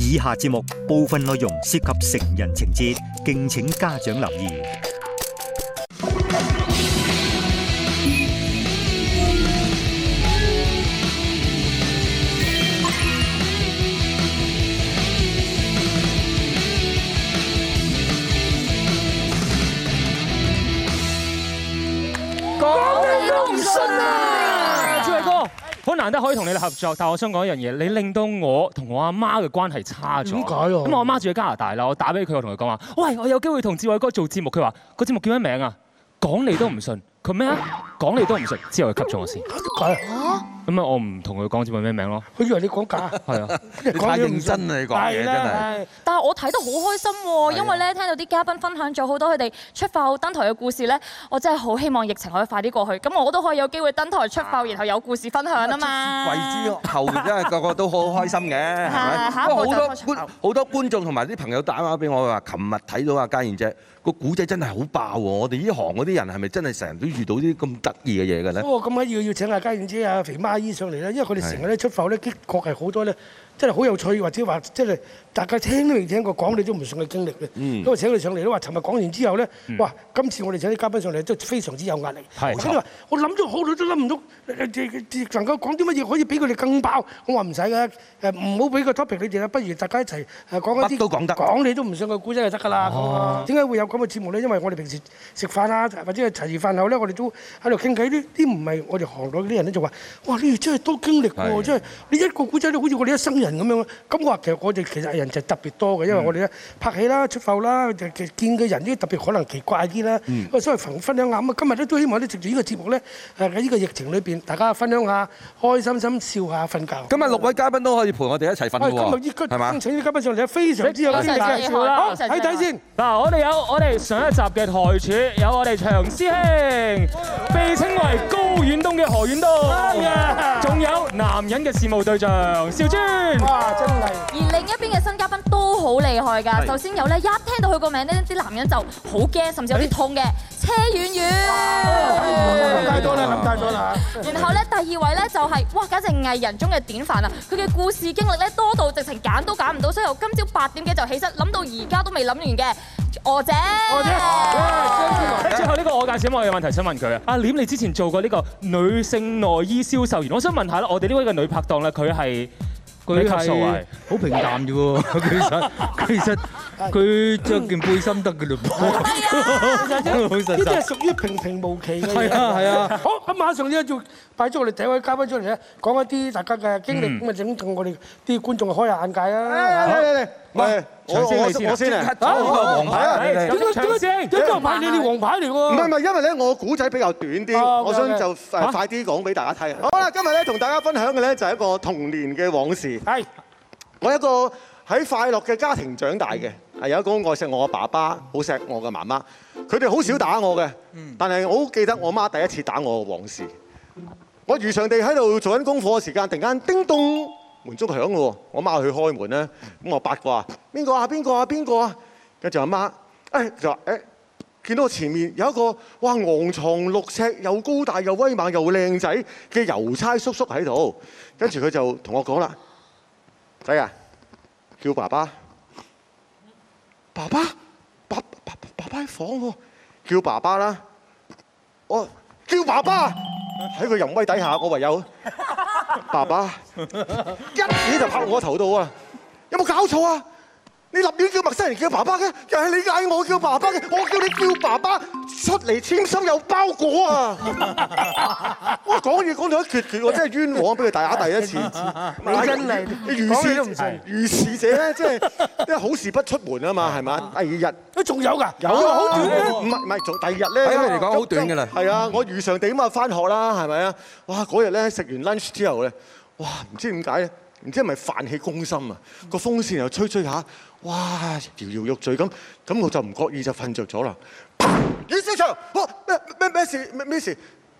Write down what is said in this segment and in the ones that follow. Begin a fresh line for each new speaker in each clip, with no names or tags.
以下節目部分內容涉及成人情節，敬請家長留意。
講嘅都唔信啊！朱偉哥，好難得可以同你哋合作，但我想講一樣嘢，你令到我同我阿媽嘅關係差咗。
點解啊
咁我阿媽住喺加拿大啦，我打俾佢，我同佢講話：，喂，我有機會同志偉哥做節目。佢話：個節目叫咩名啊？講你都唔信，佢咩啊？講你都唔信，之後佢吸咗 我先。
佢
咁啊，我唔同佢講節目咩名咯。
佢以哎為你講 假，
係啊，
你
你太認真啦！你講嘢真係，
係
但係我睇得好開心喎，
啊
因為咧聽到啲嘉賓分享咗好多佢哋出埠登台嘅故事咧，我真係好希望疫情可以快啲過去，咁我都可以有機會登台出
啊
埠，然後有故事分享啊嘛。
為之後真係個個都好開心嘅， 係啊咪？
下一
不
步
過好
就
多
開場
觀好多觀眾同埋啲朋友打電話俾我話，琴日睇到阿嘉燕姐個古仔真係好爆喎！我哋呢行嗰啲人係咪真係成日都遇到啲咁得意嘅嘢嘅
不
咧？
過咁啊要要請阿家燕姐、阿肥媽姨上嚟啦，因為佢哋成日咧出埠咧，的確係好多咧，真係好有趣，或者話即係大家聽都未聽過，講你都唔信嘅經歷咧。
嗯
咁啊請佢哋上嚟咧，話尋日講完之後咧，哇！今次我哋請啲嘉賓上嚟都非常之有壓力。
係
佢哋話：我諗咗好耐都諗唔到，呃即即能夠講啲乜嘢可以俾佢哋更爆。我話唔使嘅，誒唔好俾個 topic 你哋啦，不如大家一齊誒講一啲
乜都講得
講你都唔信嘅古仔就得㗎啦。咁啊點解會有咁嘅節目咧？因為我哋平時食飯啊，或者係茶餘飯後咧，我哋都喺度傾偈。呢啲唔係我哋行內嗰啲人咧，就話：哇！呢真係多經歷
係
喎，真係你一個古仔都好似我哋一生人咁樣。咁我話其實我哋其實人就特別多嘅，因為我哋咧拍戲啦、出埠啦，就其實見嘅人呢特別可能奇怪啲啦。咁所以分分享下咁啊，今日咧都希望咧藉住呢個節目咧，誒喺呢個疫情裏邊，大家分享下開心心笑下瞓覺。
今日六位嘉賓都可以陪我哋一齊瞓
喂
嘅
今日
喎，
呢個
係嘛？
請啲嘉賓上嚟，非常之有經
非常之
驗
厲害
嘅。好，
非常之
睇睇
厲害
先。
嗱，我哋有我哋上一集嘅台柱，有我哋長師兄，被稱為高遠東嘅何遠
哎
東，仲有男人嘅事務對象邵尊。
哇！真係。
而另一邊嘅新嘉賓都好厲害㗎，首先有咧一聽到佢個名呢啲男人就好驚，甚至
哎
有啲痛嘅，車婉
啊
諗太
婉。
多啦，諗太多啦。
然後咧第二位咧就係、哇，簡直藝人中嘅典範啊！佢嘅故事經歷咧多到直情揀都揀唔到，所以我今朝八點幾就起身，諗到而家都未諗完嘅，娥姐。
娥姐哇
誒最後呢個我介紹，我有問題想問佢啊。阿廉，你之前做過呢個女性內衣銷售員，我想問下啦，我哋呢位嘅女拍檔咧，佢係
佢
你級數啊
係
係
好平淡啫喎， 其實其實佢着件背心得嘅嘞噃，
呢
老實
啲係
實。
屬於平平無奇嘅嘢。
係啊係啊
好，咁馬上呢就擺咗我哋第一位嘉賓出嚟咧，講一啲大家嘅經歷，咁啊整同我哋啲觀眾開下眼界啊！
嚟嚟嚟，唔係我
長
我
先你
我
先
先
啊
啊！
好呢個黃牌啊！
係
你哋
咁
點解
長先
點解呢牌你哋黃牌嚟
唔係唔
喎？
係，因為咧我古仔比較短
哦
啲，我
，OK，OK
想就
嚇
誒快啲講俾大家睇。好啦，今日咧同大家分享嘅咧就係一個童年嘅往事。
係
我一個喺快樂嘅家庭長大嘅，係有一個好愛錫我嘅爸爸，好錫我嘅媽媽。佢哋好少打我嘅，但係我好記得我媽第一次打我嘅往事。我如常地喺度做緊功課嘅時間，突然間叮咚門鐘響咯喎，我媽去開門咧，咁我八卦邊個啊邊個啊邊個啊，跟住阿媽誒就話誒。見到我前面有一個哇昂藏六尺又高大又威猛又靚仔嘅郵差叔叔喺度，跟住佢就同我講啦：仔啊，叫爸爸，爸爸，爸爸爸爸喺房喎，叫爸爸啦，我叫爸爸喺佢淫威底下，我唯有爸爸一嘢就拍我頭度啊！有冇搞錯啊？你立亂叫陌生人叫爸爸嘅，又係你嗌我叫爸爸嘅，我叫你叫爸爸出嚟簽收有包裹啊！哇，講嘢講到一決決，我真係冤枉俾佢大打第一次。
你真係
如
講
是
你都唔信
如是者咧，即係因為好事不出門啊嘛，係咪？第二日
都仲有㗎，有
好
好短
短咧，
咧。
唔係唔係，做第二日
哎喺
咧，
我嚟講好短㗎啦
係啊，我如常地咁啊翻學啦，係咪啊？哇！嗰日咧食完 lunch 之後咧，哇！唔知點解咧，唔知係咪飯氣攻心啊？個風扇又吹吹下，哇！搖搖欲墜咁，咁我就唔覺意就瞓着咗啦。阮小祥，哇！咩咩咩事？咩咩事？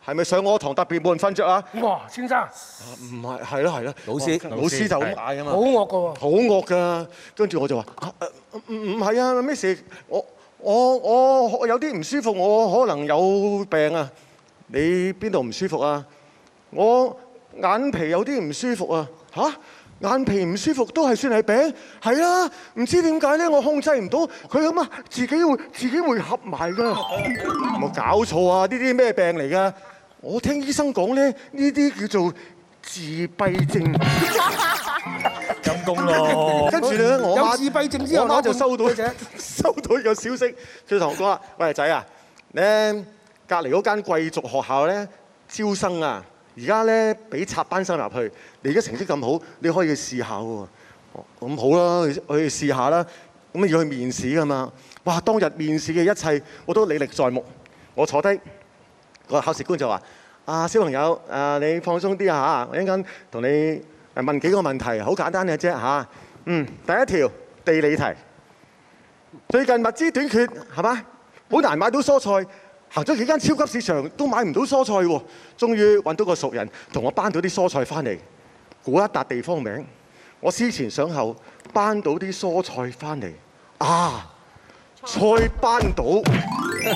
係咪上我堂特別冇人瞓着啊？
哇，先生，好
唔係，係啦係啦，
老師
哇老師就咁嗌啊嘛。
惡㗎喎！
好惡噶，跟住我就話啊呃唔唔係啊，咩事？我我我我有啲唔舒服，我可能有病啊！你邊度唔舒服啊？我眼皮有啲唔舒服啊！吓？眼皮唔舒服都係算係病，係啊，唔知點解咧，我控制唔到佢咁啊，自己會自己會合埋㗎，冇搞錯啊！呢啲咩病嚟㗎？我聽醫生講咧，呢啲叫做自閉症。
陰公咯。
跟住咧，
哦
我
嗯有
媽
自閉症之後
我媽
攞
就收到
半杯
收到個消息，佢同我講話：，喂仔啊，咧隔離嗰間貴族學校咧招生啊，而家咧俾插班生入去，你而家成績咁好，你可以去試下喎。哦咁好啦，去去試下啦。咁要去面試噶嘛？哇！當日面試嘅一切我都歷歷在目。我坐低，個考試官就話：，啊，小朋友，啊，你放鬆啲啊嚇，我一陣間同你誒問幾個問題，好簡單嘅啫嚇。嗯，第一條地理題，最近物資短缺係嘛？好難買到蔬菜，行咗幾間超級市場都買唔到蔬菜喎。終於揾到個熟人同我搬到啲蔬菜翻嚟，估一笪地方名。我思前想後，搬到啲蔬菜翻嚟，啊，菜班島。
佢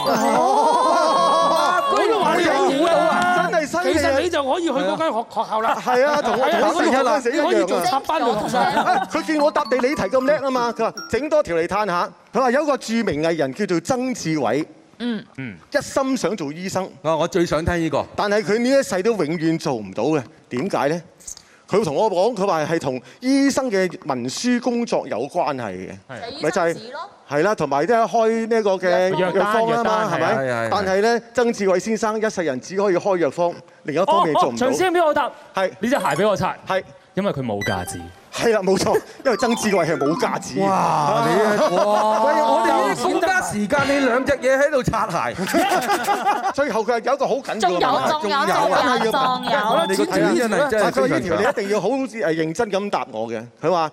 都話你有估到啊！
真係犀利啊
其實你就可以去嗰間學學校啦。
係啊，同我
係啊，
同我成日
你
死一
可以
樣
做
啊！
插班同 學。
啊佢見我答地理題咁叻啊嘛，佢話整多條嚟嘆下。佢話有一個著名藝人叫做曾志偉，
嗯
嗯，一心想做醫生，
啊，我最想聽呢個。
但係佢呢一世都永遠做唔到嘅。點解呢？佢同我講，佢話係同醫生嘅文書工作有關係嘅。咪就係係啦，同埋都係開呢個嘅
藥
藥
單
方啊嘛，係
藥單
係係
咪
係？
但係咧，曾志偉先生一世人只可以開藥方，另一方面做唔到
長。哦先俾我答，
係
呢只鞋俾我擦，
係
因為佢冇架子。
係啦，冇錯，因為曾志偉係冇架子嘅。
哇！你啊，哇！喂，我哋呢啲
就
咁加時間，你兩隻嘢喺度擦鞋，
最後佢有一個好緊要
仲
嘅
有
問題，
仲有仲有仲有，
你個嘴真係真係
但佢
非
話呢
常
條你
長
一定要好誒認真咁答我嘅。佢話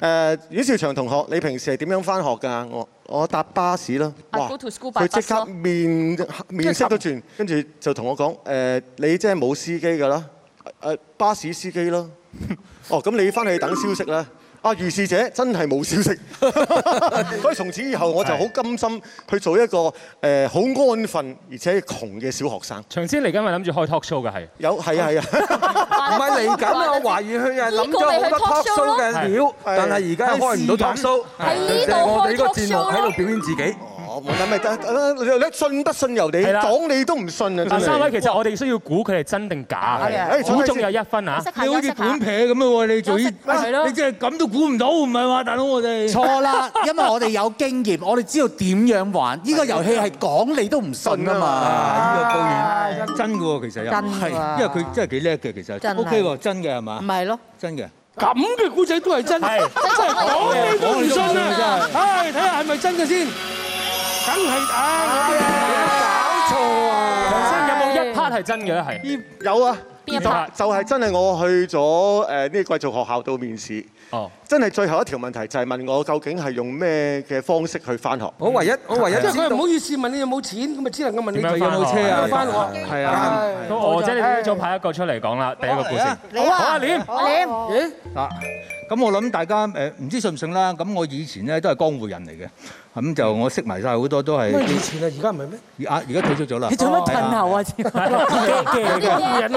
呃誒阮兆祥同學，你平時係點樣翻學㗎？我我搭巴士啦。
I 啊 go to school by
佢即
bus 咯
刻面面色都轉，跟住就同我講誒，你即係冇司機㗎啦，誒巴士司機啦。 哦，咁你翻去等消息啦。啊，如是者真係冇消息， 所以從此以後我就好甘心去做一個誒好安分而且窮嘅小學生。
長先嚟緊咪諗住開 talk show 嘅係，
有係啊係啊，
唔係嚟 緊啊！我懷疑佢係諗咗好多 talk show 嘅料，但係而家開唔到 talk show，
喺呢度
就係我哋呢個
開 talk
節目
show
喺度表演自己。
我哦冇諗咪得得得你信不信由你，
係啦
講你都唔信啊！
嗱
真
三位
係。
其實我哋需要估佢係真定假
係
嘅，
啊
誒
估
坐低
中
先
有一分啊！
識下
你好
休
似
息
管
下。
撇咁啊！你做呢，
係咯
你真係咁都估唔到，唔係話大佬我哋
錯啦，因為我哋有經驗，我哋知道點樣玩。呢個遊戲係講你都唔信啊嘛。
啊！呢個公園真嘅喎，其實又
真㗎
因為佢真係幾叻嘅，其實
真係
OK 喎，真嘅係嘛？
咪係咯，
真嘅。
咁嘅古仔都係真，
係
真係講你都唔信
講你都唔信
啊
真！
唉，睇下係咪真嘅先，梗係唉，
長先有冇一 part 係真嘅咧係？
有啊，
邊一 part？
就係真係我去咗誒呢個貴族學校度面試，
哦，
真係最後一條問題就係問我究竟係用咩嘅方式去翻學。
我唯一我唯一
即係
知
佢
道
唔好意思問你有冇錢，咁咪只能夠問你
點樣
有
返
冇車啊？
翻學。
係啊。
唉
咁娥哦姐你呢組派一個出嚟講啦，第一個故事。
你啊
好啊，廉。
啊，咁我諗大家誒唔知信唔信啦。咁我以前咧都係江湖人嚟嘅，咁就我識埋晒好多都係
咩以前啊，而家唔係 咩？
啊，而家退出咗啦。
你做乜噴頭啊？
人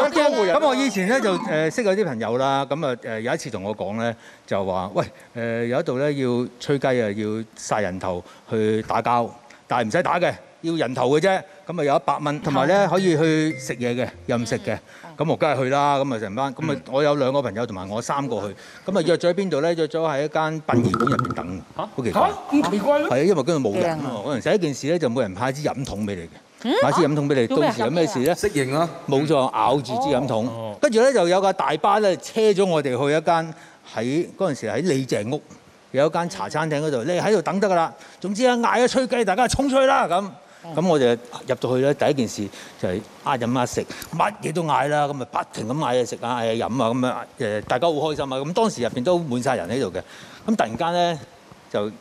啊，江湖人。
咁我以前咧就誒識有啲朋友啦，咁啊誒有一次同我講咧，就話喂誒有一度咧要吹雞啊，要殺人頭去打交，但係唔使打嘅，要人頭嘅啫。咁啊有一百蚊，同埋咧可以去食嘢嘅，任食嘅。咁我梗係去啦，咁啊成班，咁啊我有兩個朋友同埋我三個去，咁啊約咗喺邊度咧？約咗喺一間殯儀館入邊等，好奇怪。
嚇咁奇怪咯，
係啊，因為跟住冇人
驚
啊
啊
嘛。我嗰陣時一件事咧，就每人派支飲筒俾你嘅，派支飲筒俾你。到時有咩事咧？
適應啦。
冇錯，咬住支飲筒，跟住咧就有架大巴咧車咗我哋去一間喺嗰陣時喺李鄭屋有一間茶餐廳嗰度，你喺度等得噶啦。總之啊，嗌咗吹雞，大家衝出去啦咁。咁我就入到去咧，第一件事就係啊飲啊食，乜嘢都嗌啦，咁啊不停咁嗌嘢食啊，嗌嘢飲啊，咁啊誒大家好開心啊。咁當時入邊都滿晒人喺度嘅，咁突然間咧就〜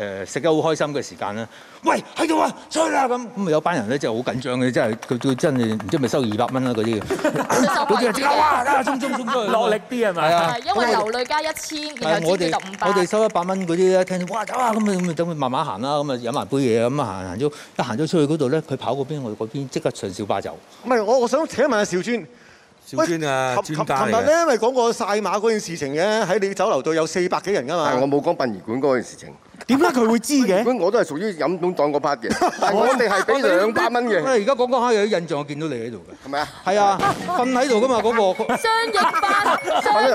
誒食得好開心嘅時間啦，喂喺度啊，出去啦咁，咁啊有班人咧真係好緊張嘅，真係佢佢真係唔知係咪收二百蚊啦嗰啲，嗰啲啊即刻哇，啊衝衝衝出去，
落力啲係咪？
係啊
係因為流淚加一千，然
但係
後
我
自己
哋
就五百
我。哋收一百蚊嗰啲咧，聽到哇走啊咁啊咁啊，等佢慢慢行啦，咁啊飲埋杯嘢咁啊行行咗，一行咗出去嗰度咧，佢跑嗰邊我哋嗰邊即刻上小巴走，
唔係，我我想請問阿兆尊，
小娟啊
喂琴
專家嚟嘅
琴琴日咧咪講過晒馬嗰件事情嘅，喺你酒樓度有四百幾人㗎
但係我
嘛。
冇講殯儀館嗰件事 情。
點解佢會知嘅？
咁我都係屬於飲董檔嗰 part 嘅，但係我哋係俾兩百蚊
我
嘅，
哋而家講講下有啲印象，我見到你喺度
係咪啊？
嘅。係啊，瞓喺度噶嘛嗰個。
雙翼班，雙翼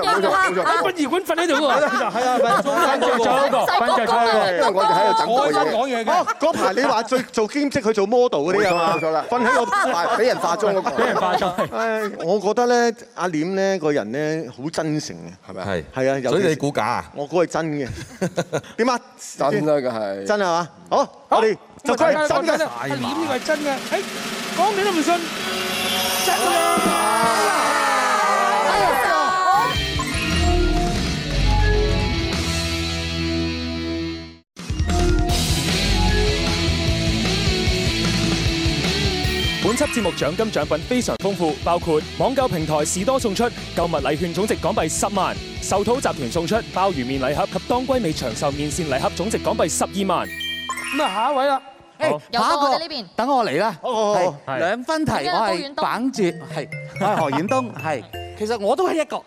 班，
不如管瞓喺度 喎。
係啊，咪中間
着
嗰
咗嗰
個。
個，
細哥
瞓着
哥
咗嗰個。
因為我哋喺度等
我
過
喺度
嘢。
講嘢嘅
哦。，嗰排你話最做兼職去做 model 嗰啲啊嘛，
冇錯冇錯啦
瞓喺個
化 俾人化妝嗰個，
俾人化妝。
唉，我覺得咧，阿廉咧個人咧好真誠嘅，
係咪啊？
係
係啊尤其是
所以你估價啊？
我估係真 嘅。點啊？
真啦，佢係。
真係嘛？好，我哋就
就
佢
真
係真
嘅
嘅。
啦，廉呢個係真嘅。誒，講你都唔信，真嘅。
本輯節目獎金獎品非常豐富，包括網購平台士多送出購物禮券總值港幣十萬，壽桃集團送出鮑魚麵禮盒及當歸味長壽麵線禮盒總值港幣十二萬。
咁啊，下一位啦。
誒
有
下一
個我哋
個
呢邊
等我嚟啦。
好好好
係
係
兩分題，
點解
我
有高
係
遠東
板住，係我係何遠東，係其實我都係一個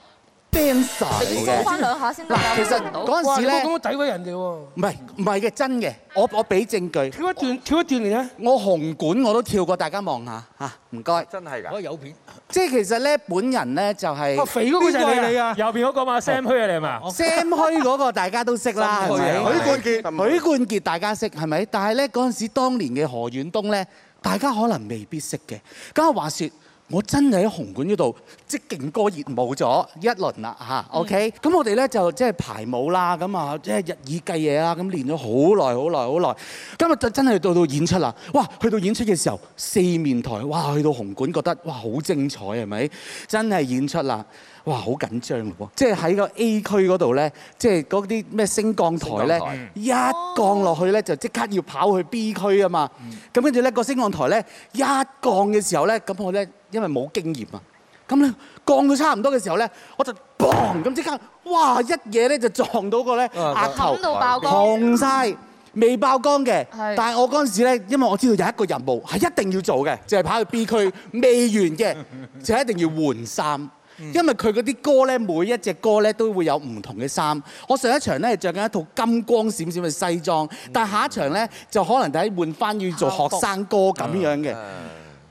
dancer 嚟
你要
嘅
數。翻兩下先得
嗱，
㗎。
其實
唔到
嗰陣
哇，
時
你冇
咧，
咁樣詆毀人哋喎。
唔係唔係嘅，真嘅，我我俾證據，
跳一段，跳一段嚟啊！
我紅館我都跳過，大家望下嚇，唔該。
真係㗎，
我有片。
即係其實咧，本人咧就係
哦
我哦肥嗰個就係你啊！
右邊嗰個嘛，Sam 虛啊，你係嘛？
Sam 虛嗰個大家都識啦，
啊
係咪？
許冠傑。
許冠傑大家識係咪？但係咧嗰陣時，當年嘅何遠東咧，大家可能未必識嘅。咁啊話説，我真係喺紅館嗰度即係勁歌熱舞咗一輪啦吓 OK，咁我哋咧就即係排舞啦，咁啊即係日以繼夜啦，咁練咗好耐好耐好耐。今日就真係到到演出啦！哇，去到演出嘅時候，四面台哇，去到紅館覺得哇好精彩係咪？真係演出啦！哇，好緊張嘞喎！即係喺個 A 區嗰度咧，即係嗰啲咩升降台
升降台
咧。一降落去咧，就即刻要跑去 B 區啊嘛。咁跟住咧個升降台咧一降嘅時候咧，咁我咧因為冇經驗啊，咁咧降到差唔多嘅時候咧，我就砰咁即刻，哇一嘢咧就撞到個咧額頭
冚。到爆光，
紅晒，未爆光嘅
係，
但係我嗰陣時咧，因為我知道有一個任務係一定要做嘅，就係跑去 B 區未完嘅，就一定要換衫，因為佢嗰啲歌咧，每一隻歌咧都會有唔同嘅衫。我上一場咧係著緊一套金光閃閃嘅西裝，但係下一場咧就可能第一換翻要做學生歌咁樣嘅。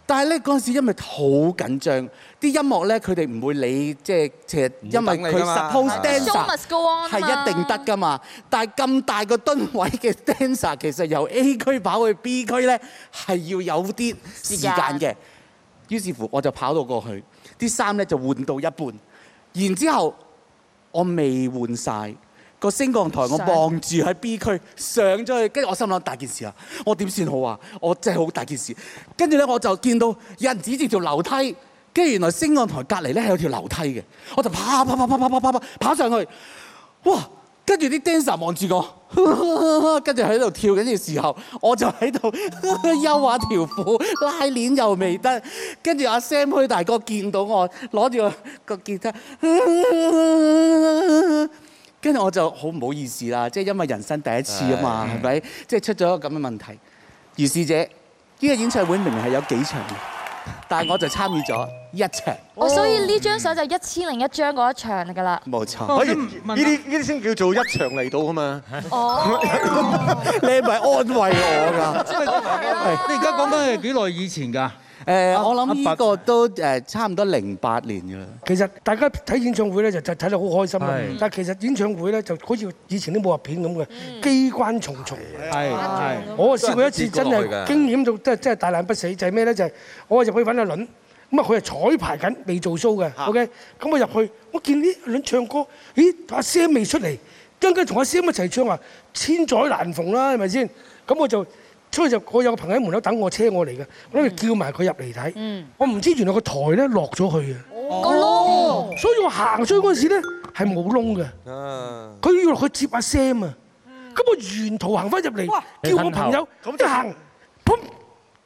但係咧嗰陣時，因為好緊張，啲音樂咧佢哋唔會理，即係其實因為
唔會等你
佢
㗎嘛
suppose
Show
dancer
must go on
係一定得㗎
哦啊
嘛。但係咁大個噸位嘅 dancer，其實由 A 區跑去 B 區咧係要有啲時間
時
嘅。於是乎我就跑到過去，啲衫咧就換到一半，然之後我未換晒。個升降台，我
上
望住喺 B 區上咗去，跟住我心諗大件事啊！我點算好
哎
啊？我真係好大件事。跟住咧，我就見到有人指住條樓梯，跟住原來升降台隔離咧係有條樓梯嘅，我就跑跑跑跑跑跑跑跑跑上去，哇！跟住啲 dancer 望住我， 跟住喺度跳緊嘅時候，我就喺度 休下條褲，拉鏈又未得。跟住阿 Sam 區大哥見到我攞住個吉他， 跟住我就好唔好意思啦，即係因為人生第一次啊嘛，係咪？即係出咗一個咁嘅問題。如是者，呢個演唱會明明係有幾場嘅，但係我就參與咗一場，
我所以呢張相就一千零一張嗰一場㗎啦。
冇錯。
可以，呢啲呢啲先叫做一場嚟到啊嘛。
哦，
你係咪安慰我㗎？
你而家講緊係幾耐以前㗎？
誒，呃我諗
阿
呢個都誒差唔多零八年嘅啦。
其實大家睇演唱會咧就就睇得好開心啦
係，
但係其實演唱會咧就好似以前啲武俠片咁嘅，機關重重。
係係。
哦我試過一次真
都係跌過落
係
去㗎
驚險到真係真係大難不死，就係咩咧？就係我入去揾阿倫，咁啊佢係彩排緊，未做 show 嘅，OK。咁我入去，我見啲阿倫唱歌，咦阿 Sam 未出嚟，跟住同阿 Sam 一齊唱話千載難逢啦，係咪先？咁我就出去就我有個朋友喺門口等我車我嚟嘅，我諗住叫埋佢入嚟睇，我唔知原來個台咧落咗去嘅，
個窿
所以我行出去嗰陣時咧係冇窿嘅。
啊
佢要落去接阿 Sam 啊！咁我沿途行翻入嚟，叫我朋友一行，砰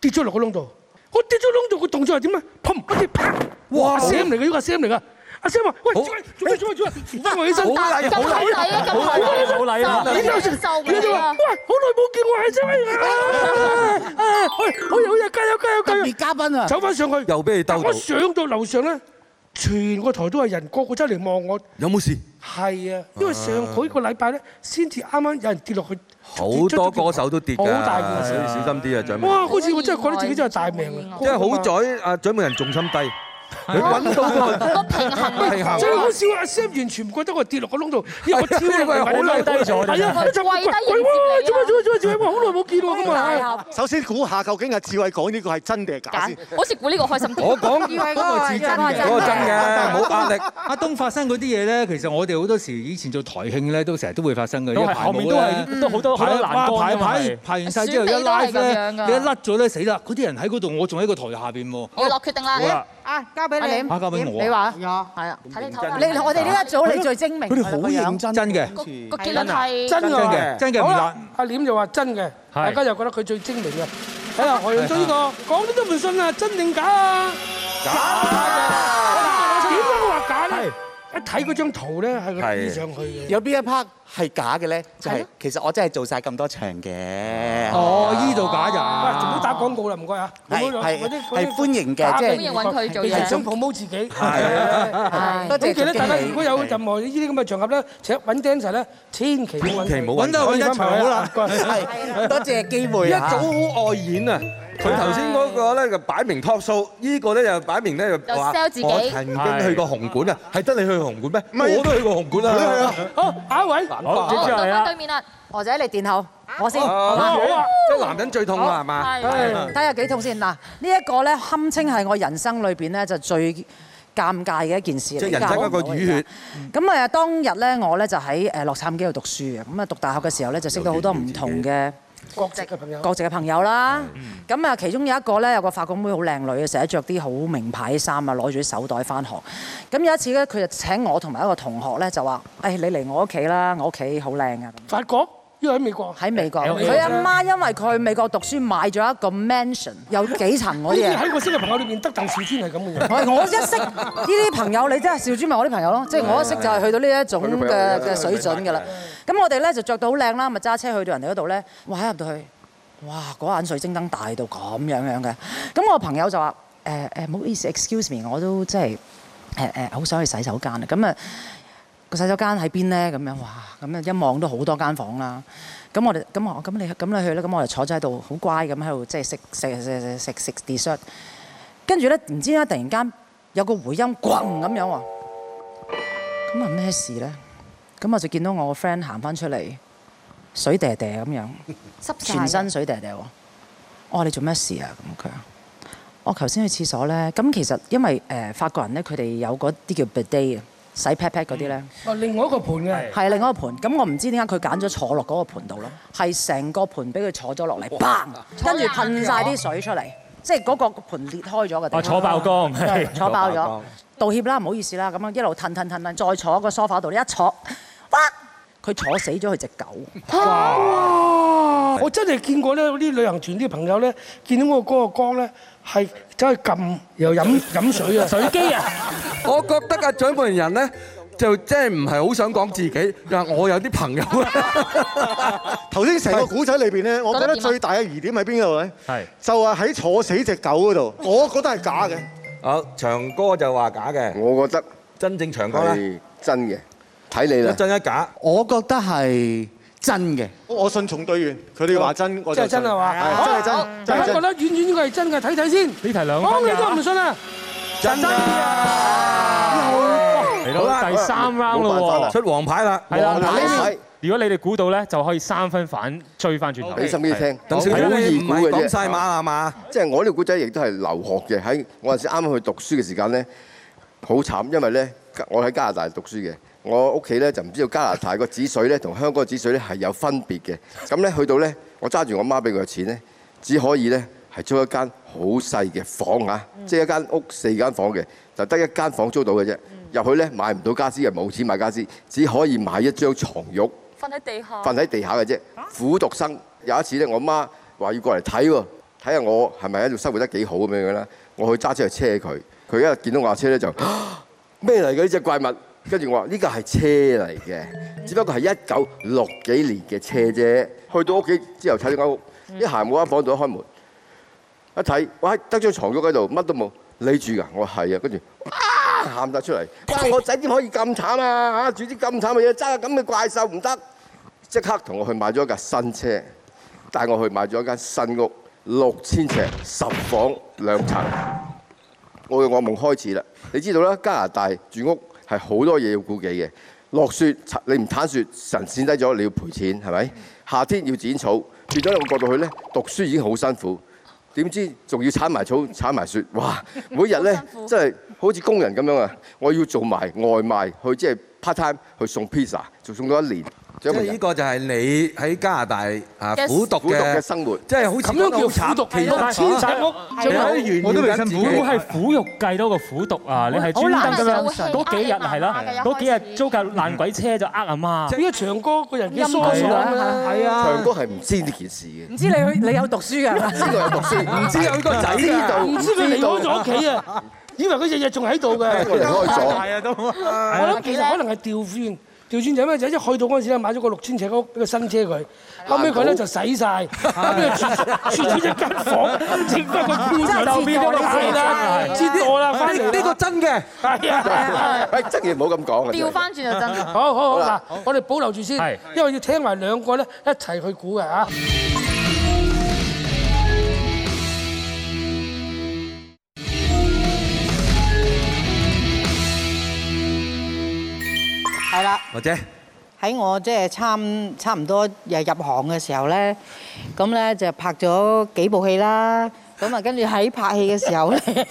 跌咗落個窿度。我跌咗窿度個動作係點啊？砰一跌，啪！哇！Sam 嚟嘅，呢個 Sam 嚟㗎。阿 Sam 話：喂，做咩做咩做咩做咩？扶我起身。
好
然
禮好禮啊！咁好禮，好禮啊！
之後就，
受
然後就話：
啊！
喂，好耐冇見我起身啊！啊 어,喂，好嘢好嘢，加油加油
特
加油
別！嘉賓啊，
走翻上去，
又俾你兜到
我上到樓上咧，全個台都係人，個個真係嚟望我。
有冇事？
係啊，因為上嗰個禮拜咧，先至啱啱有人跌落去，
好多歌手都跌㗎，
好大件事
所以小心啲啊，獎
哇！
門。
嗰次我真係覺得自己真係大命啊！
因為好在阿獎門人重心低，佢揾到個
個平衡啊
平衡
最好笑啊！阿 Sam 完全唔覺得我跌落個窿度，因為我跳落嚟，
好低 咗
係啊，就
跪低迎接你啊
哇！做咩做咩做咩做咩？哇！好耐冇見喎咁
大
啊！
合
首先估下究竟阿志偉講呢個係真定係假先
揀，。好似估呢個開心啲。
我講
嗰個係真嘅，
嗰個真嘅，冇 壓力。
阿東發生嗰啲嘢咧，其實我哋好多時以前做台慶咧，都成日都會發生嘅。
都
因為
係後面都
嗯
係都好多好多欄杆㗎嘛
排排
係
排完晒之後一
選美都係
live
咁樣
咧，
㗎
你一甩咗咧死啦！嗰啲人喺嗰度，我仲喺個台下邊喎。
要落決定啦，
好啦，
啊，交俾你。
啊，交俾我。
你話係啊，
睇你頭啦。
你我哋呢一組你最精明，
佢哋好
真。
認真，
真嘅
個個結論係
真
真
㗎。
嘅，真嘅唔
好
辣
啦。，阿廉就話真嘅，大家又覺得佢最精明嘅。睇下何潤都呢個講啲都唔信啊，真定假啊？假嘅，點解話假咧？一睇嗰張圖咧，係佢飛上去嘅。
有邊一 part 係假嘅咧？就係其實我真係做晒咁多場嘅。
哦，依度假
喂，唔好
人。
打廣告啦，唔該啊。
係
唔好
係
嗰啲
係歡迎嘅即係
歡迎揾佢做嘢
係想 promote 自己。
係
咁記得大家
多謝總經理
如果有任何呢啲咁嘅場合咧，請揾 dancer 咧，千祈唔好揾佢。
千祈唔好揾佢
揾到揾一場好啦。
係多謝機會啊
一
嚇
早好愛演啊！佢頭先嗰個咧就擺明 top show，呢個咧就擺明咧就話
就 sell 自己
我曾經去過紅館啊，係得你去過紅館咩？我都去過紅館啊！
好，下一位。
好，
好
接住
到翻
嚟啦
對。面啦，
或者你墊後，我先。
啊
好嘛
即係男人最痛啊，係嘛？
係
睇下幾痛先嗱，呢一個咧堪稱係我人生裏邊咧就最尷尬嘅一件事嚟㗎
即係人生一個淤血。
咁啊，當日咧我咧就喺誒洛杉磯度讀書嘅，咁啊讀大學嘅時候咧就識到好多唔同嘅。
國籍嘅朋友。
國籍嘅朋友啦。咁啊，其中有一個咧，有個法國妹好靚女嘅，成日着啲好名牌嘅衫啊，攞住啲手袋翻學。咁有一次咧，佢就請我同埋一個同學咧，就話：，誒、你嚟我屋企啦，我屋企好靚啊！
法國，因為喺美國。
喺美國，
有
佢阿媽因為佢去美國讀書買咗一個 mansion，有幾層嗰
呢
啲嘢。
啲喺我識嘅朋友裏邊，得鄧小天係咁嘅人。
我我一識呢啲朋友，你真係笑珠咪我啲朋友咯，即係我一識就係去到呢一種嘅嘅水準㗎啦。咁我哋咧就着到好靚啦，咪揸車去到人哋嗰度咧，哇一入到去，哇嗰眼水晶燈大到咁樣樣嘅。咁我朋友就話：誒誒，唔好意思，excuse me，我都即係誒誒，好想去洗手間啊。咁啊個洗手間喺邊咧？咁樣哇，咁啊一望都好多間房啦。咁我哋咁我咁你咁你去啦，咁我哋坐咗喺度，好乖咁喺度即係食食食食食食 dessert。跟住咧，唔知點解突然間有個回音，咣咁樣喎。咁啊咩事咧？咁我就見到我個 friend 行翻出嚟，水嗲嗲咁樣，
濕晒
全身水嗲嗲喎。我話你做咩事啊？咁佢話我頭先去廁所咧，咁其實因為誒、呃法國人咧，佢哋有嗰啲叫 bidet 啊，洗 pat pat 嗰啲咧。
哦，另外一個盤嘅。
係另外一個盤，咁我唔知點解佢揀咗坐落嗰個盤度咯，係成個盤俾佢坐咗落嚟砰，跟住噴晒啲水出嚟，即係嗰個盤裂開咗嘅地方。
啊，坐 爆缸，係
坐爆咗，道歉啦，唔好意思啦，咁樣一路褪褪褪褪，再坐喺個 sofa 度，你一坐，哇！佢坐死咗佢只狗，
哇！我真係見過咧，啲旅行團啲朋友咧，見到我嗰個缸咧，係走去撳 又飲飲水啊，水機啊！
我覺得啊，掌門人咧就真係唔係好想講自己，但我有啲朋友啊咧。
頭先成個古仔裏邊咧，我覺得最大嘅疑點喺邊度咧？
係
就係喺坐死只狗嗰度，我覺得係假嘅。
好，長哥就話假嘅，
我覺得
真正長哥咧
係真嘅，睇你
一
啦。
真一假。
我覺得係真嘅。
我信重隊員，佢哋話真，我
真
就
係真係哦嘛？
係啊真係真
好
真
大
係
家
真
覺得遠遠呢個係真嘅，睇睇先。
呢題兩分
講你
㗎
都唔信啊！
真啊！
嚟到第三 round
冇辦法
咯
啦
喎。
出黃牌啦，
係啦，
黃牌
嗱如果你哋估到咧，就可以三分反追翻轉頭。
俾心機聽，
鄧小姐
好易
你唔
估
係
嘅
講
啫。啊
晒馬啊啦嘛？
即係我呢個古仔亦都係留學嘅，喺我嗰陣時啱啱去讀書嘅時間咧，好慘，因為咧我喺加拿大讀書嘅，我屋企咧就唔知道加拿大個紙水咧同香港嘅紙水咧係有分別嘅。咁咧去到咧，我揸住我媽俾佢嘅錢咧，只可以咧係租一間好細嘅房啊，
嗯
即係一間屋四間房嘅，就得一間房租到嘅啫。
嗯
入去咧買唔到家私嘅，冇錢買家私，只可以買一張床褥。
瞓喺地下。
瞓喺地下嘅啫，苦讀生。有一次咧，我媽話要過嚟睇喎，睇下我係咪喺度生活得幾好咁樣樣啦。我去揸車去車佢，佢一見到我架車咧就 咩嚟嘅呢只怪物？跟住我話呢個係車嚟嘅，只不過係一九六幾年嘅車啫。去到屋企之後睇到間屋，一行我間房度一開門，一睇，哇得張床褥喺度，乜都冇，你住㗎？我話係啊，跟住啊喊晒出嚟，哇！我仔點可以咁慘啊？嚇，煮啲咁慘嘅嘢，揸咁嘅怪獸唔得，即刻同我去買咗一架新車，帶我去買咗一間新屋，六千尺，十房兩層。我嘅噩夢開始啦！你知道啦，加拿大住屋係好多嘢要顧忌嘅。落雪，鏟你唔鏟雪，神跣低咗，你要賠錢，係咪？夏天要剪草，變咗我過到去呢，讀書已經好辛苦，點知仲要鏟埋草、鏟埋雪， 哇！每日呢，真係好似工人咁樣啊！我要做埋外賣，去即係 part time 去送 pizza，仲送咗一年。即
係呢個就係你喺加拿大啊
嘅
苦讀
苦讀嘅生活
即係好似
咁樣叫苦讀，
其實啊
但係千尺屋，仲有啲圓
我
形
都未辛
苦係苦肉計多過苦讀啊！你係專登咁樣嗰幾日係啦，嗰幾日租架爛鬼車就呃阿媽。
因為長哥個人幾疏爽
陰公
㗎啦。
啊
係啊
長。哥係唔知呢件事嘅，
唔知你去你有讀書
啊
㗎？
呢個有讀書，唔知有呢個仔㗎，
唔知佢離開咗屋企啊，以為佢日日仲喺 度
我
嘅。
離開咗。
啊
我諗其實可能係調轉，調轉就係咩？就一去到嗰陣時咧，買咗個六千尺屋俾個新車佢，後尾佢咧就洗晒，後尾住住咗一間房，整翻個半場後邊嗰度係啦，折墮啦，翻嚟呢個真嘅，係啊。
喂，哎真嘢唔好咁講啊！
調翻轉就真啦。
好好好嗱，我哋保留住先
係，
因為要聽埋兩個咧一齊去估嘅嚇。
係啦，
或者
喺我即係參差唔多又入行嘅時候咧，咁咧就拍咗幾部戲啦。咁啊，跟住喺拍戲嘅時候 咧，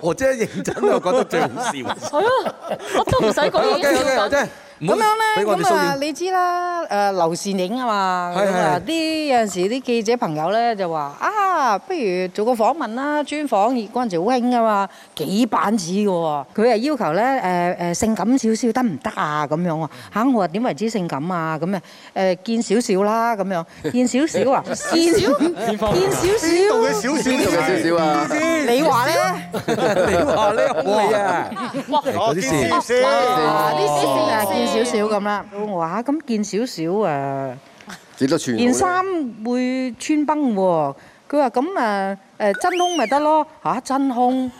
我真係認真，我覺得最好笑。
係咯，我都唔使
Ờ,
講已經
OK，OK，
笑
我
緊。
真係唔好
咁樣
俾
咧，
我哋
咁
騷
啊
擾。
你知啦，誒流善影啊嘛，
係
咁啊
係
啲有陣時啲記者朋友咧就話啊，不如做個訪問啦，專訪嗰陣時好興噶嘛，幾版紙嘅喎。佢係要求咧誒誒性感少少得唔得啊咁樣喎嚇，我話點為之性感啊咁啊誒見少少啦咁 樣，見少少啊，見少見少
邊度嘅
少，
少少
邊度嘅少少啊？
你話咧？
你話咧好味啊！
我
嗰啲
哦見
事
少少。
哦
啊啲少啊見少少咁啦，我話啊咁見少少誒。
幾多寸？
件衫會穿崩喎。佢話咁誒誒真空咪得咯嚇、真空。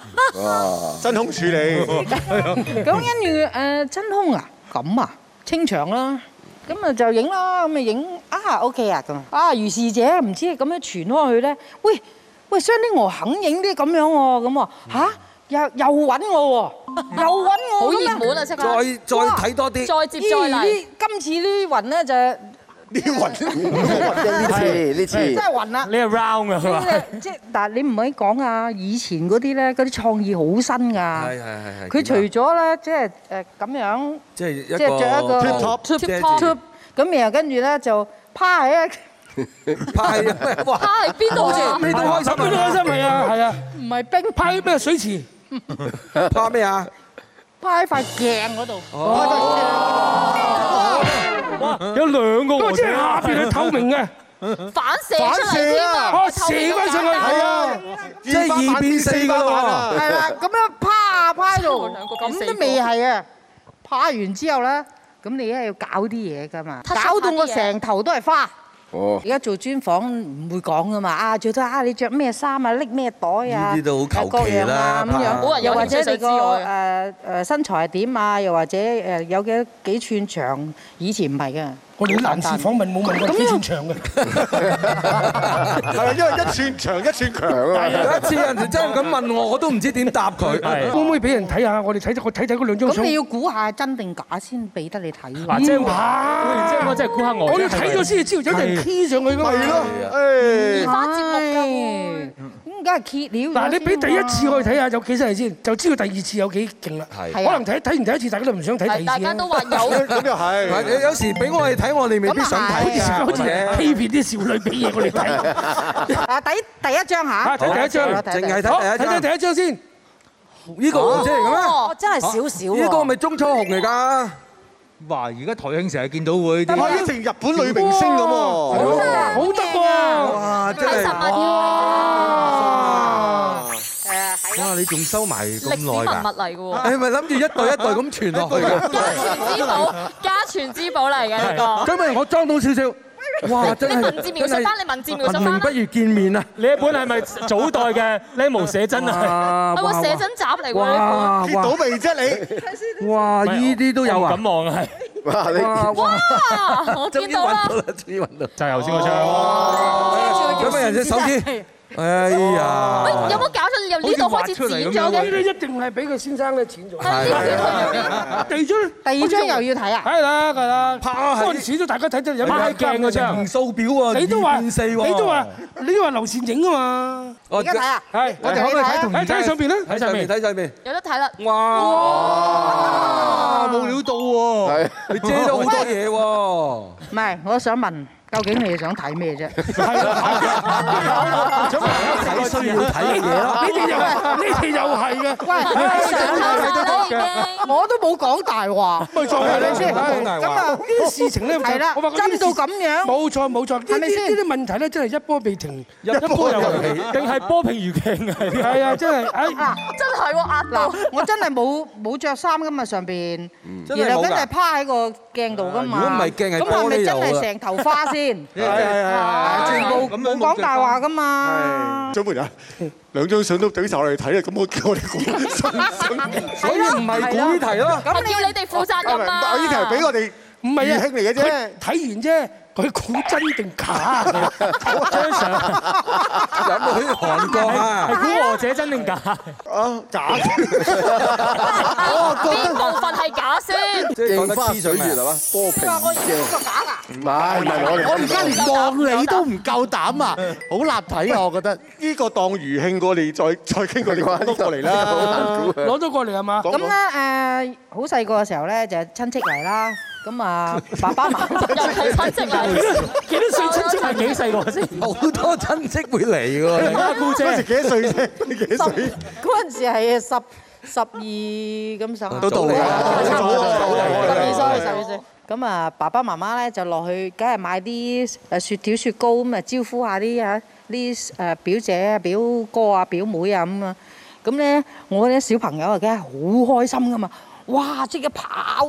真空處理，
咁跟住誒真空啊，咁啊清場啦。咁啊就影啦，咁啊影啊 OK 啊咁啊，如是者唔知咁樣傳開去咧，喂喂，雙啲鵝肯影啲咁樣喎，咁啊嚇又又揾我喎，又揾我
好
咁
熱
啊
門啊！即刻
再再睇多啲，
再接再
咦
厲，
呢今次呢雲咧就
呢雲
呢次呢
真
次
係雲啦。
你係 round 啊，佢話。
即係，但係你唔可以講啊！以前嗰啲咧，嗰啲創意好新
係
㗎。
係係係。
佢除咗咧，即係誒咁樣
即係一
即係着一個
tip top
貼
遮
貼
住
貼咁然後跟住咧就趴喺一
派哇！
他喺邊度啊？
你都開心
邊度開
啊！
心係啊？係啊，
唔係冰
派咩水池？
怕咩啊？
趴喺塊鏡嗰度。嗯
有兩
啊
個
咁
王
即
者
係下邊係透明嘅，
反射出嚟添啊！
哦
我射翻上去，係啊。
即係二變四㗎
啊
咯
係啦，咁樣趴 趴喺度，
兩個變四
咁
個
都未係啊！趴完之後咧，咁你一係要搞啲嘢㗎嘛，
touch up
搞到我
下啲嘢
成頭都係花。
哦
而，家做專訪唔會講噶嘛，啊最多啊你着咩衫啊，拎咩袋啊，
呢啲都好求
各
其
樣
啦
啊咁
怕
冇
樣，
人有
又
興
或
趣
者
想
你
知
個呃
我嘅
誒誒身材係點啊，又或者誒有幾幾寸長，以前唔係嘅。
我哋啲男士訪問冇問過幾寸長嘅，
係咪因為一寸長一寸強？
有一次有人哋真係咁問我，我都唔知點答佢。
係
可唔可以俾人睇下？我哋睇睇我睇睇嗰兩張
咁
相
你。要估下真定假先俾得你睇
嗱，
喎。
即係
哇
即係我真係估下我。
我要睇咗先知道，有人 key 上去㗎嘛。
係咯，誒，
花節目㗎
唉嗯咁梗係揭料咗先喎。
嗱，你俾第一
啊
次我哋睇下有幾犀利先，就知道第二次有幾勁啦。
係
可能睇睇完第一次，大家都唔想睇第二
係
次啊啦
大家都話 有
咁又係。
有有時俾我哋睇，我哋未必想睇㗎。
好
或
似
者
欺騙啲少女俾嘢我哋 睇。
啊第第一張
啊，
嚇，
睇第一張，
好
淨係
好睇
啊睇第一
睇
張。
第一張先。
呢個
哦
王者嚟嘅
我真係少少
啊
啊
咩？呢個
喎。
咪中初紅嚟㗎？
哇！而家台慶成日見到會啲
哇！一成日本女明星咁喎，
啊
哇好得喎！
哇！真
睇
係
實物
誒係咯
哇！你仲收埋
嘅
咁
歷史文
耐㗎？
物嚟嘅喎，
你係咪諗住一代一代咁傳落去㗎？
家傳之寶，家傳之寶嚟嘅呢個。
咁咪我裝到少少，
哇！真係
你文字描述翻，你文字描述
文明
翻
不
啦。
如見面啊！
呢一本係咪早代嘅 Lemo 寫真啊？
係喎，寫真集嚟喎
哇
呢
哇
本。
未啫
你？哇！依啲都有啊！
咁望啊！
哇！
你哇！
哇！啊我見到啦，
就係頭先嗰張。
咁啊，人隻手指，哎呀！
喂，
啊
有冇搞錯？由呢度開始剪咗嘅？
你一定係俾佢先生咧錢咗。
係
第二張，
第二張又要睇啊？
係啦，係啦。
拍嗰陣時都大家睇得有
拍鏡嗰張
數表喎，
你都話，
二
你
變四喎
都話，你都話劉善影啊嘛。
我
而家睇啊！
係，
我哋可唔可以睇同
睇睇上邊咧，
睇上面。
睇上面？
有得睇啦。
哇！冇料到喎，你遮咗好多嘢喎。
唔係，我想問，究竟你哋想睇咩啫？
啊
睇需要睇嘅嘢啦。
呢啲又係呢啲又係嘅。
喂，我都冇講大話，
咪就係咧，
係咪先
咁
咁啊
啊呢啲事情咧，
係啦
我發覺呢啲事
真到咁樣
冇錯冇錯，呢啲
係咪先
呢啲問題咧，真係一波未停，
一波又嚟，定係波平如鏡啊？
係啊，真係，哎
嗱，
真係喎，壓到
嗱，我真係冇冇著衫噶嘛上邊，
真係冇㗎
然後跟住趴喺個鏡度噶嘛。
如果唔係鏡係
咁係
玻璃
咪
就
真
好啦
à.
係成頭花 先？
係係
全部冇講大話噶嘛。
張培仁，兩張相都俾晒我哋睇啦，咁我 叫我哋估 信唔信？
所以唔係估呢題咯。
係叫你哋負責
啊唔
任
係
啊！
我呢條係俾我哋
唔係啊，
預興嚟嘅啫
佢。睇完啫，佢估真定假啊？
張相
Dạ,
有去韓國
à.
啊？
係古和者真定假？
啊，假
啊邊部分係假先？
即係講得黐水
係
住
嘛？波平嘅，
個假啊㗎，
唔係唔係我哋，
我而家連望你都唔夠膽啊！好立體啊，我覺得。
呢個當餘慶過你，再再傾過你講多過嚟啦。
攞咗過嚟係嘛？
咁啊咧誒，好細個嘅時候咧就係親戚嚟啦，咁 啊爸爸媽媽。
又係親戚嚟，
幾多歲親戚係幾細個先？
好多親戚會嚟㗎
Ờ,
喎。
阿姑
嗰
姐
時幾多歲啫？你幾多歲？
嗰陣時係十十二咁上下，
都到你
à.
啦
差唔多
都到你
十
啦
二歲，十二歲。咁啊，爸爸媽媽咧就落去，梗係買啲誒雪條、雪糕咁啊，招呼下啲啊啲誒表姐啊、表哥啊、表妹啊咁啊。咁咧，我啲小朋友啊，梗係好開心噶嘛！哇，即刻跑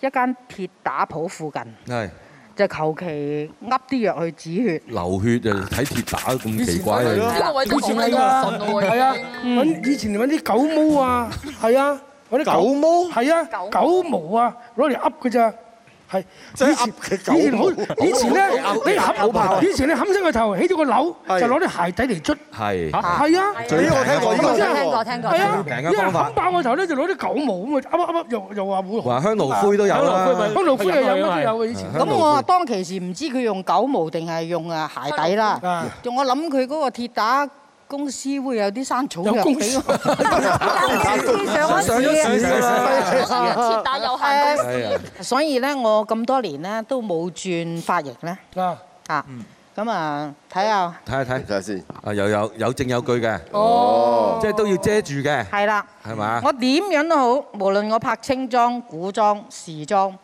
一間鐵打鋪附近，
係
就求其噏啲藥去止血。
流血就睇鐵打都咁奇怪
係
嘅。
啊呢個位都
以前
講得咁
係
順
㗎，
喎，
係啊，揾以前揾啲狗毛啊，係啊，揾啲狗毛，係啊，狗毛啊，攞嚟噏㗎咋。係，
即係
以前
噏嘅狗毛
以前好，以前咧，你
狗刨啊
冚，以前你冚親個頭，起咗個瘤，
係
就攞啲鞋底嚟捽，
係
係啊。
呢個我聽過，呢個
真
聽過聽過
係啊，
平
因
嘅方
為
法
冚爆個頭咧，就攞啲狗毛咁啊，噏噏噏又又話會紅
話香爐灰都有啦。
香爐灰又有乜都有嘅以前。
咁我啊當其時唔知佢用狗毛定係用啊鞋底啦
啊，
仲我諗佢嗰個鐵打公司會有啲生草藥
有公
俾我，公司上
上咗市㗎啦。
我哋嘅鐵打有限公司
係啊，
所以咧，我咁多年咧都冇轉髮型咧
啊，
啊，咁啊睇下
睇下睇
睇。下先，
啊，又有有證有據嘅，
哦，
即係都要遮住嘅，
係啦，
係嘛？
我點樣都好，無論我拍清裝、古裝、時裝，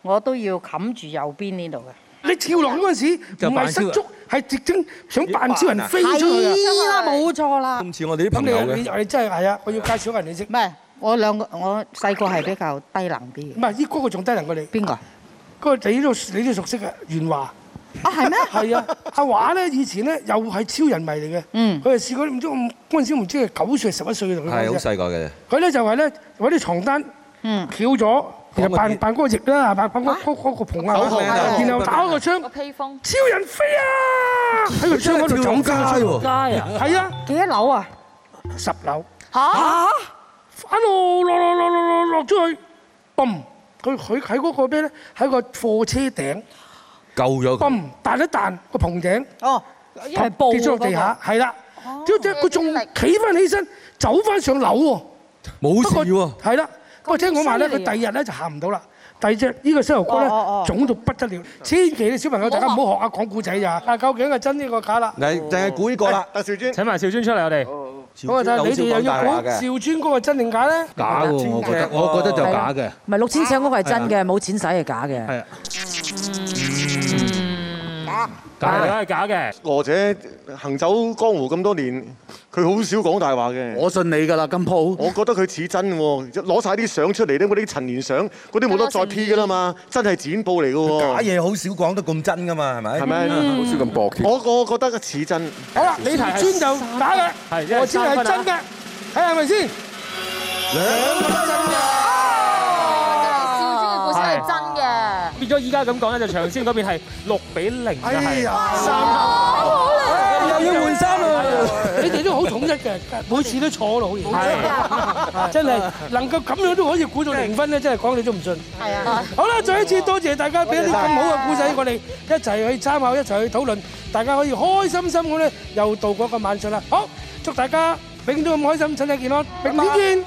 我都要冚住右邊呢度嘅。
你跳落嗰陣時
就
唔
扮
啊
係
超
失
人
足，係直情想扮超人飛出去啊！
係啦，冇錯啦。
咁似我哋啲
咁
朋友
你你
嘅，
你真係係啊！我要介紹人你識，
唔係，我兩個我細個係比較低能啲嘅。
唔係依哥個仲低能過你，
邊個啊？
嗰個你都你都熟悉嘅袁華。
啊係咩？
係啊，阿華咧以前咧又係超人迷嚟嘅，
嗯
佢係試過唔知我嗰陣時唔知係九歲十一歲同佢
係好
講啫，
細個嘅，
佢咧就係咧揾啲床單
嗯
翹咗，然後扮扮嗰個啊翼啦，扮扮嗰嗰嗰個棚啊，然後打開個窗
啊
個，披風。
超人飛啊！喺個窗嗰度走啊街
喎
喎，係啊。
幾多樓啊？
十樓，
嚇！
一路落落落落落落咗去，嘣！佢佢喺嗰個咩咧？喺個貨車頂，
救咗佢，
嘣彈一彈個棚頂，
哦，因為啊
跌咗落地下，係啦。
哦
之後之後佢仲企翻起身，走翻上樓喎。
冇
不過
事喎，
係啦，不過聽講話咧，
咁犀利
佢第
啊
二日咧就行唔到啦，第二隻呢個犀牛角咧
哦哦哦
腫到不得了，千祈啲小朋友大家唔好學下講故仔咋，啊究竟係真呢個假啦？
嗱，淨係估呢個啦。
鄧兆尊，
請埋兆尊出嚟，我哋。
咁啊，但係你哋又要估邵尊嗰個真定假咧？
假喎，我覺得，我覺得就
啊
假嘅。
唔係六千尺屋係真
係
嘅，冇錢使係假嘅。
係啊。
假
係假嘅。
娥姐行走江湖咁多年，佢好少講大話嘅。
我信你㗎啦，金鋪。
我覺得佢似真喎，攞晒啲相出嚟咧，嗰啲陳年相，嗰啲冇得再 P 㗎啦嘛，真係剪報嚟㗎喎。
假嘢好少講得咁真㗎嘛，係咪？
係咪嗯好少
咁薄
我我覺得似真。
好啦，你條尊就假嘅，
係
我知係真嘅，睇下係咪先？
邵尊嘅故事係真嘅。
變咗依家咁講咧，就長先嗰邊係六比零嘅
哎
係
哦
三
又要換衫啦
啊你哋都好統一嘅，每次都錯咯，好嘢。 真係能夠咁樣都可以估到零分咧，真係講你都唔信。係啊！好啦，再一次多謝大家俾一啲咁好嘅故仔，我哋一齊去參考，一齊去討論，大家可以開心心咁咧，又度過個晚上啦。好，祝大家永遠都咁開心，身體健康，明天見。